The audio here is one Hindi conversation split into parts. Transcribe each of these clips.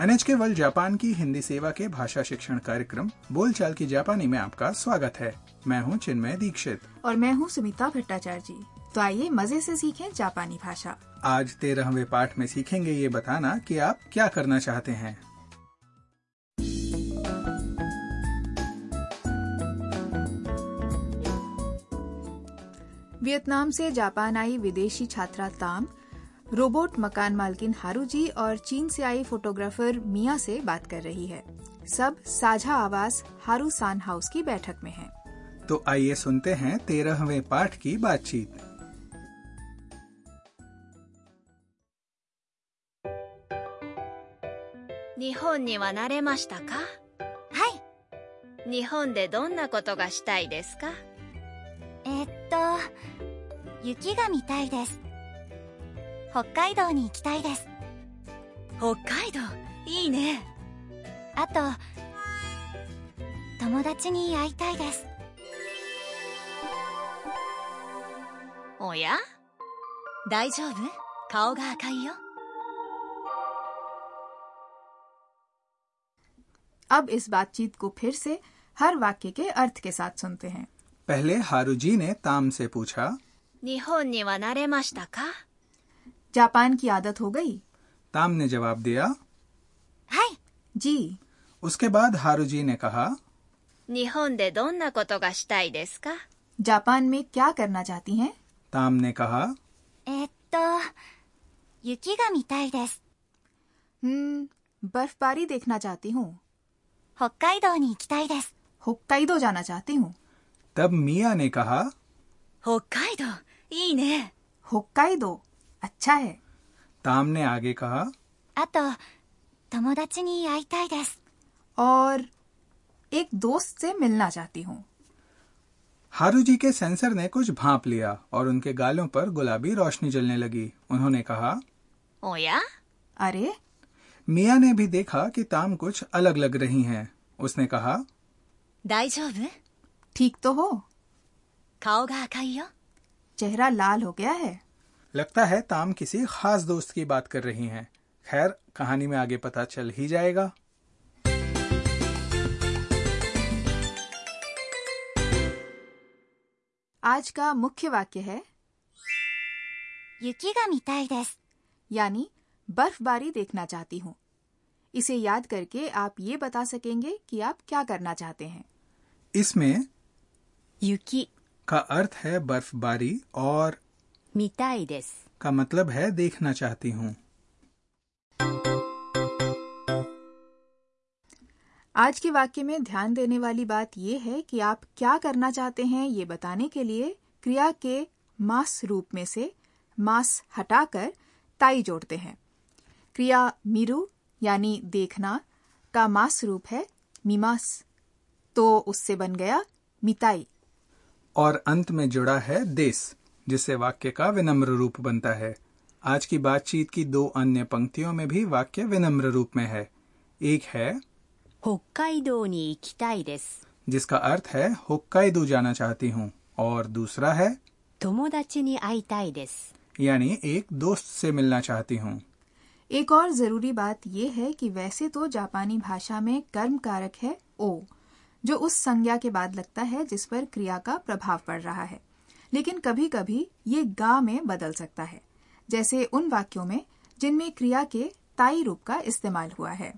एनएचके वर्ल्ड जापान की हिंदी सेवा के भाषा शिक्षण कार्यक्रम बोलचाल की जापानी में आपका स्वागत है मैं हूं चिन्मय दीक्षित और मैं हूँ सुमिता भट्टाचार्य जी तो आइए मजे से सीखें जापानी भाषा आज तेरहवें पाठ में सीखेंगे ये बताना कि आप क्या करना चाहते हैं वियतनाम से जापान आई विदेशी छात्रा ताम रोबोट मकान मालकिन हारूजी और चीन से आई फोटोग्राफर मिया से बात कर रही है सब साझा आवास हारू सान हाउस की बैठक में है तो आइए सुनते हैं तेरहवें पाठ की बातचीत 日本には慣れましたかはい日本でどんなことがしたいですかえっと雪が見たいです北海道に行きたいです北海道いいねあと友達に会いたいですおや大丈夫顔が赤いよ अब इस बातचीत को फिर से हर वाक्य के अर्थ के साथ सुनते हैं पहले हारूजी ने ताम से पूछा 日本には慣れましたか जापान की आदत हो गई ताम ने जवाब दिया はい जी उसके बाद हारूजी ने कहा 日本でどんなことがしたいですか जापान में क्या करना चाहती हैं ताम ने कहा えっと雪が見たいです हम्म बर्फबारी देखना चाहती हूँ 北海道に行きたいです होक्काइडो जाना चाहती हूँ तब मिया ने कहा 北海道いいね होक्काइडो अच्छा है ताम ने आगे कहा あと友達に会いたいです और एक दोस्त से मिलना चाहती हूँ हारूजी के सेंसर ने कुछ भांप लिया और उनके गालों पर गुलाबी रोशनी जलने लगी उन्होंने कहा おや अरे मिया ने भी देखा कि ताम कुछ अलग लग रही हैं। उसने कहा 大丈夫 ठीक तो हो 顔が赤いよ चेहरा लाल हो गया है लगता है ताम किसी खास दोस्त की बात कर रही हैं। खैर कहानी में आगे पता चल ही जाएगा आज का मुख्य वाक्य है 雪が見たいです यानी बर्फबारी देखना चाहती हूँ इसे याद करके आप ये बता सकेंगे कि आप क्या करना चाहते हैं इसमें 雪 का अर्थ है बर्फबारी और 見たいです का मतलब है देखना चाहती हूँ आज के वाक्य में ध्यान देने वाली बात ये है कि आप क्या करना चाहते हैं ये बताने के लिए क्रिया के मास रूप में से मास हटाकर ताई जोड़ते हैं क्रिया मिरु यानी देखना का मास रूप है मीमास तो उससे बन गया मिताई और अंत में जुड़ा है देश जिससे वाक्य का विनम्र रूप बनता है आज की बातचीत की दो अन्य पंक्तियों में भी वाक्य विनम्र रूप में है एक है 北海道に行きたいです जिसका अर्थ है होक्काइडो जाना चाहती हूँ और दूसरा है 友達に会いたいです यानी एक दोस्त से मिलना चाहती हूँ एक और जरूरी बात यह है कि वैसे तो जापानी भाषा में कर्म कारक है ओ जो उस संज्ञा के बाद लगता है जिस पर क्रिया का प्रभाव पड़ रहा है लेकिन कभी कभी ये गा में बदल सकता है जैसे उन वाक्यों में जिनमें क्रिया के ताई रूप का इस्तेमाल हुआ है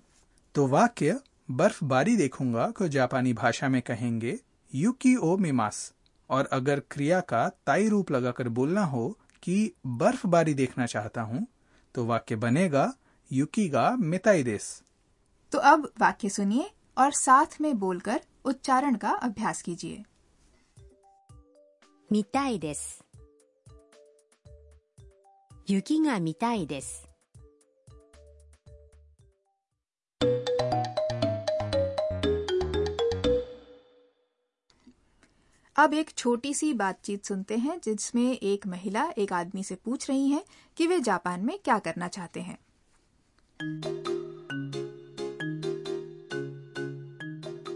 तो वाक्य बर्फबारी देखूंगा को जापानी भाषा में कहेंगे युकी ओ मिमास और अगर क्रिया का ताई रूप लगाकर बोलना हो कि बर्फबारी देखना चाहता हूँ तो वाक्य बनेगा युकी गा मिताई देस तो अब वाक्य सुनिए और साथ में बोलकर उच्चारण का अभ्यास कीजिए 見たいです雪が見たいです अब एक छोटी सी बातचीत सुनते हैं जिसमें एक महिला एक आदमी से पूछ रही है कि वे जापान में क्या करना चाहते हैं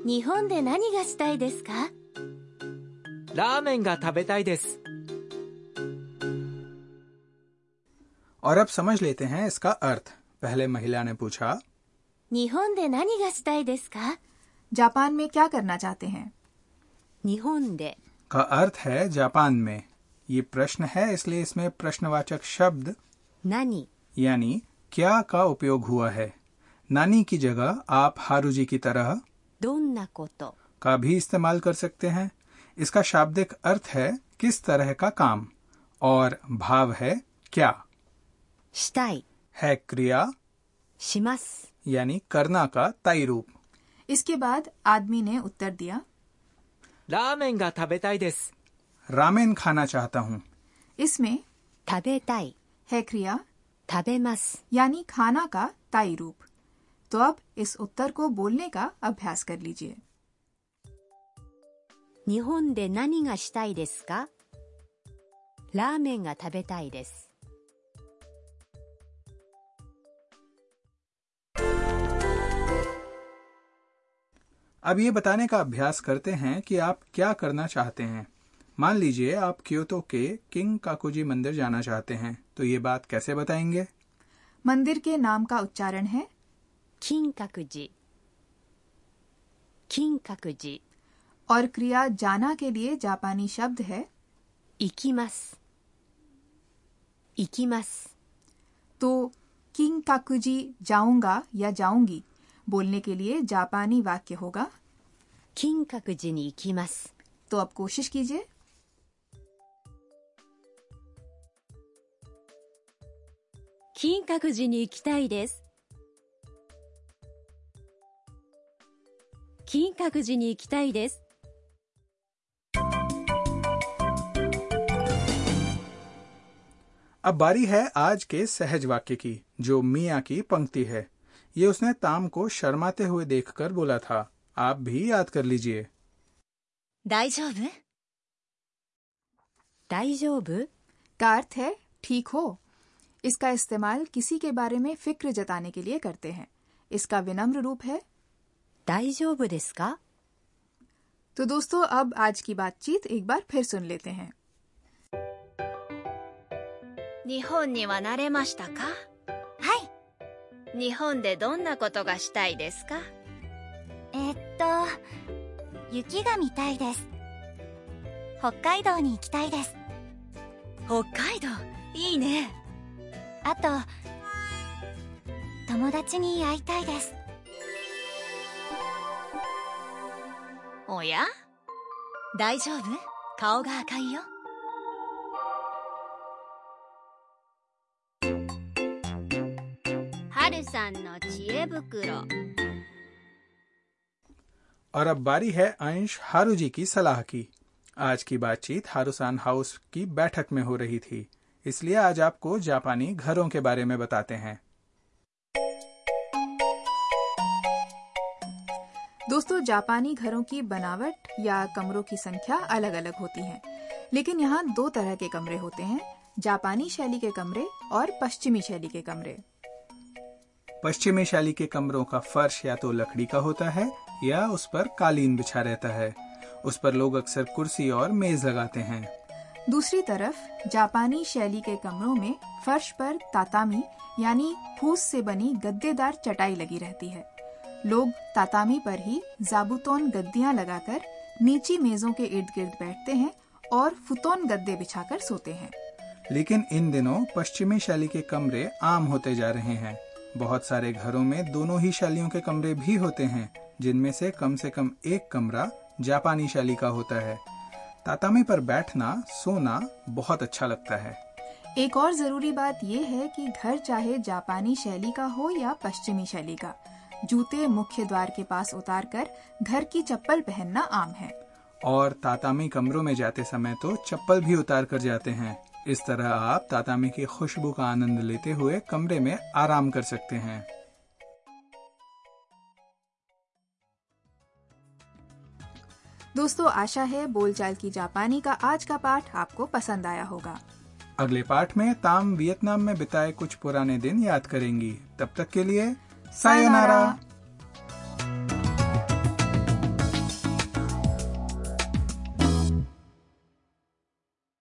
日本で何がしたいですかラーメンが食べたいです。 और अब समझ लेते हैं इसका अर्थ पहले महिला ने पूछा 日本で何がしたいですか जापान में क्या करना चाहते हैं 日本で का अर्थ है जापान में ये प्रश्न है इसलिए इसमें प्रश्नवाचक शब्द 何 यानी क्या का उपयोग हुआ है नानी की जगह आप हारूजी की तरह どんなこと का भी इस्तेमाल कर सकते हैं इसका शाब्दिक अर्थ है किस तरह का काम और भाव है क्या したい है क्रिया します यानी करना का ताई रूप इसके बाद आदमी ने उत्तर दिया ラーメンが食べたいです。 रामेन खाना चाहता हूँ इसमें 食べたい है क्रिया 食べます यानी खाना का ताई रूप तो अब इस उत्तर को बोलने का अभ्यास कर लीजिए 日本で何がしたいですかラーメンが食べたいです。 अब ये बताने का अभ्यास करते हैं कि आप क्या करना चाहते हैं मान लीजिए आप क्योतो के किंग काकुजी मंदिर जाना चाहते हैं तो ये बात कैसे बताएंगे मंदिर के नाम का उच्चारण है 金閣寺金閣寺 और क्रिया जाना के लिए जापानी शब्द है 行きます行きます तो किंग काकुजी जाऊंगा या जाऊंगी बोलने के लिए जापानी वाक्य होगा 金閣寺に行きます तो अब कोशिश कीजिए 金閣寺に行きたいです金閣寺に行きたいです अब बारी है आज के सहज वाक्य की जो मिया की पंक्ति है ये उसने ताम को शर्माते हुए देखकर बोला था आप भी याद कर लीजिए 大丈夫大丈夫 का अर्थ है ठीक हो इसका इस्तेमाल किसी के बारे में फिक्र जताने के लिए करते हैं इसका विनम्र रूप है 大丈夫ですか तो दोस्तों अब आज की बातचीत एक बार फिर सुन लेते हैं 日本には慣れましたかはい日本でどんなことがしたいですかえっと雪が見たいです北海道に行きたいです北海道いいねあと友達に会いたいですおや大丈夫顔が赤いよ春さんの知恵袋 और अब बारी है अंश हारू जी की सलाह की आज की बातचीत हारूसान हाउस की बैठक में हो रही थी इसलिए आज आपको जापानी घरों के बारे में बताते हैं दोस्तों जापानी घरों की बनावट या कमरों की संख्या अलग अलग होती है लेकिन यहाँ दो तरह के कमरे होते हैं जापानी शैली के कमरे और पश्चिमी शैली के कमरे पश्चिमी शैली के कमरों का फर्श या तो लकड़ी का होता है या उस पर कालीन बिछा रहता है उस पर लोग अक्सर कुर्सी और मेज लगाते हैं दूसरी तरफ जापानी शैली के कमरों में फर्श पर तातामी यानी फूस से बनी गद्देदार चटाई लगी रहती है लोग तातामी पर ही जाबुतोन गद्दियां लगाकर नीची मेजों के इर्द गिर्द बैठते हैं और फुतोन गद्दे बिछाकर सोते हैं लेकिन इन दिनों पश्चिमी शैली के कमरे आम होते जा रहे हैं बहुत सारे घरों में दोनों ही शैलियों के कमरे भी होते हैं जिनमें से कम से कम एक कमरा जापानी शैली का होता है तातामी पर बैठना सोना बहुत अच्छा लगता है एक और जरूरी बात यह है कि घर चाहे जापानी शैली का हो या पश्चिमी शैली का जूते मुख्य द्वार के पास उतारकर घर की चप्पल पहनना आम है और तातामी कमरों में जाते समय तो चप्पल भी उतार कर जाते हैं इस तरह आप तातामी की खुशबू का आनंद लेते हुए कमरे में आराम कर सकते हैं दोस्तों आशा है बोलचाल की जापानी का आज का पाठ आपको पसंद आया होगा अगले पाठ में ताम वियतनाम में बिताए कुछ पुराने दिन याद करेंगी तब तक के लिए सायोनारा।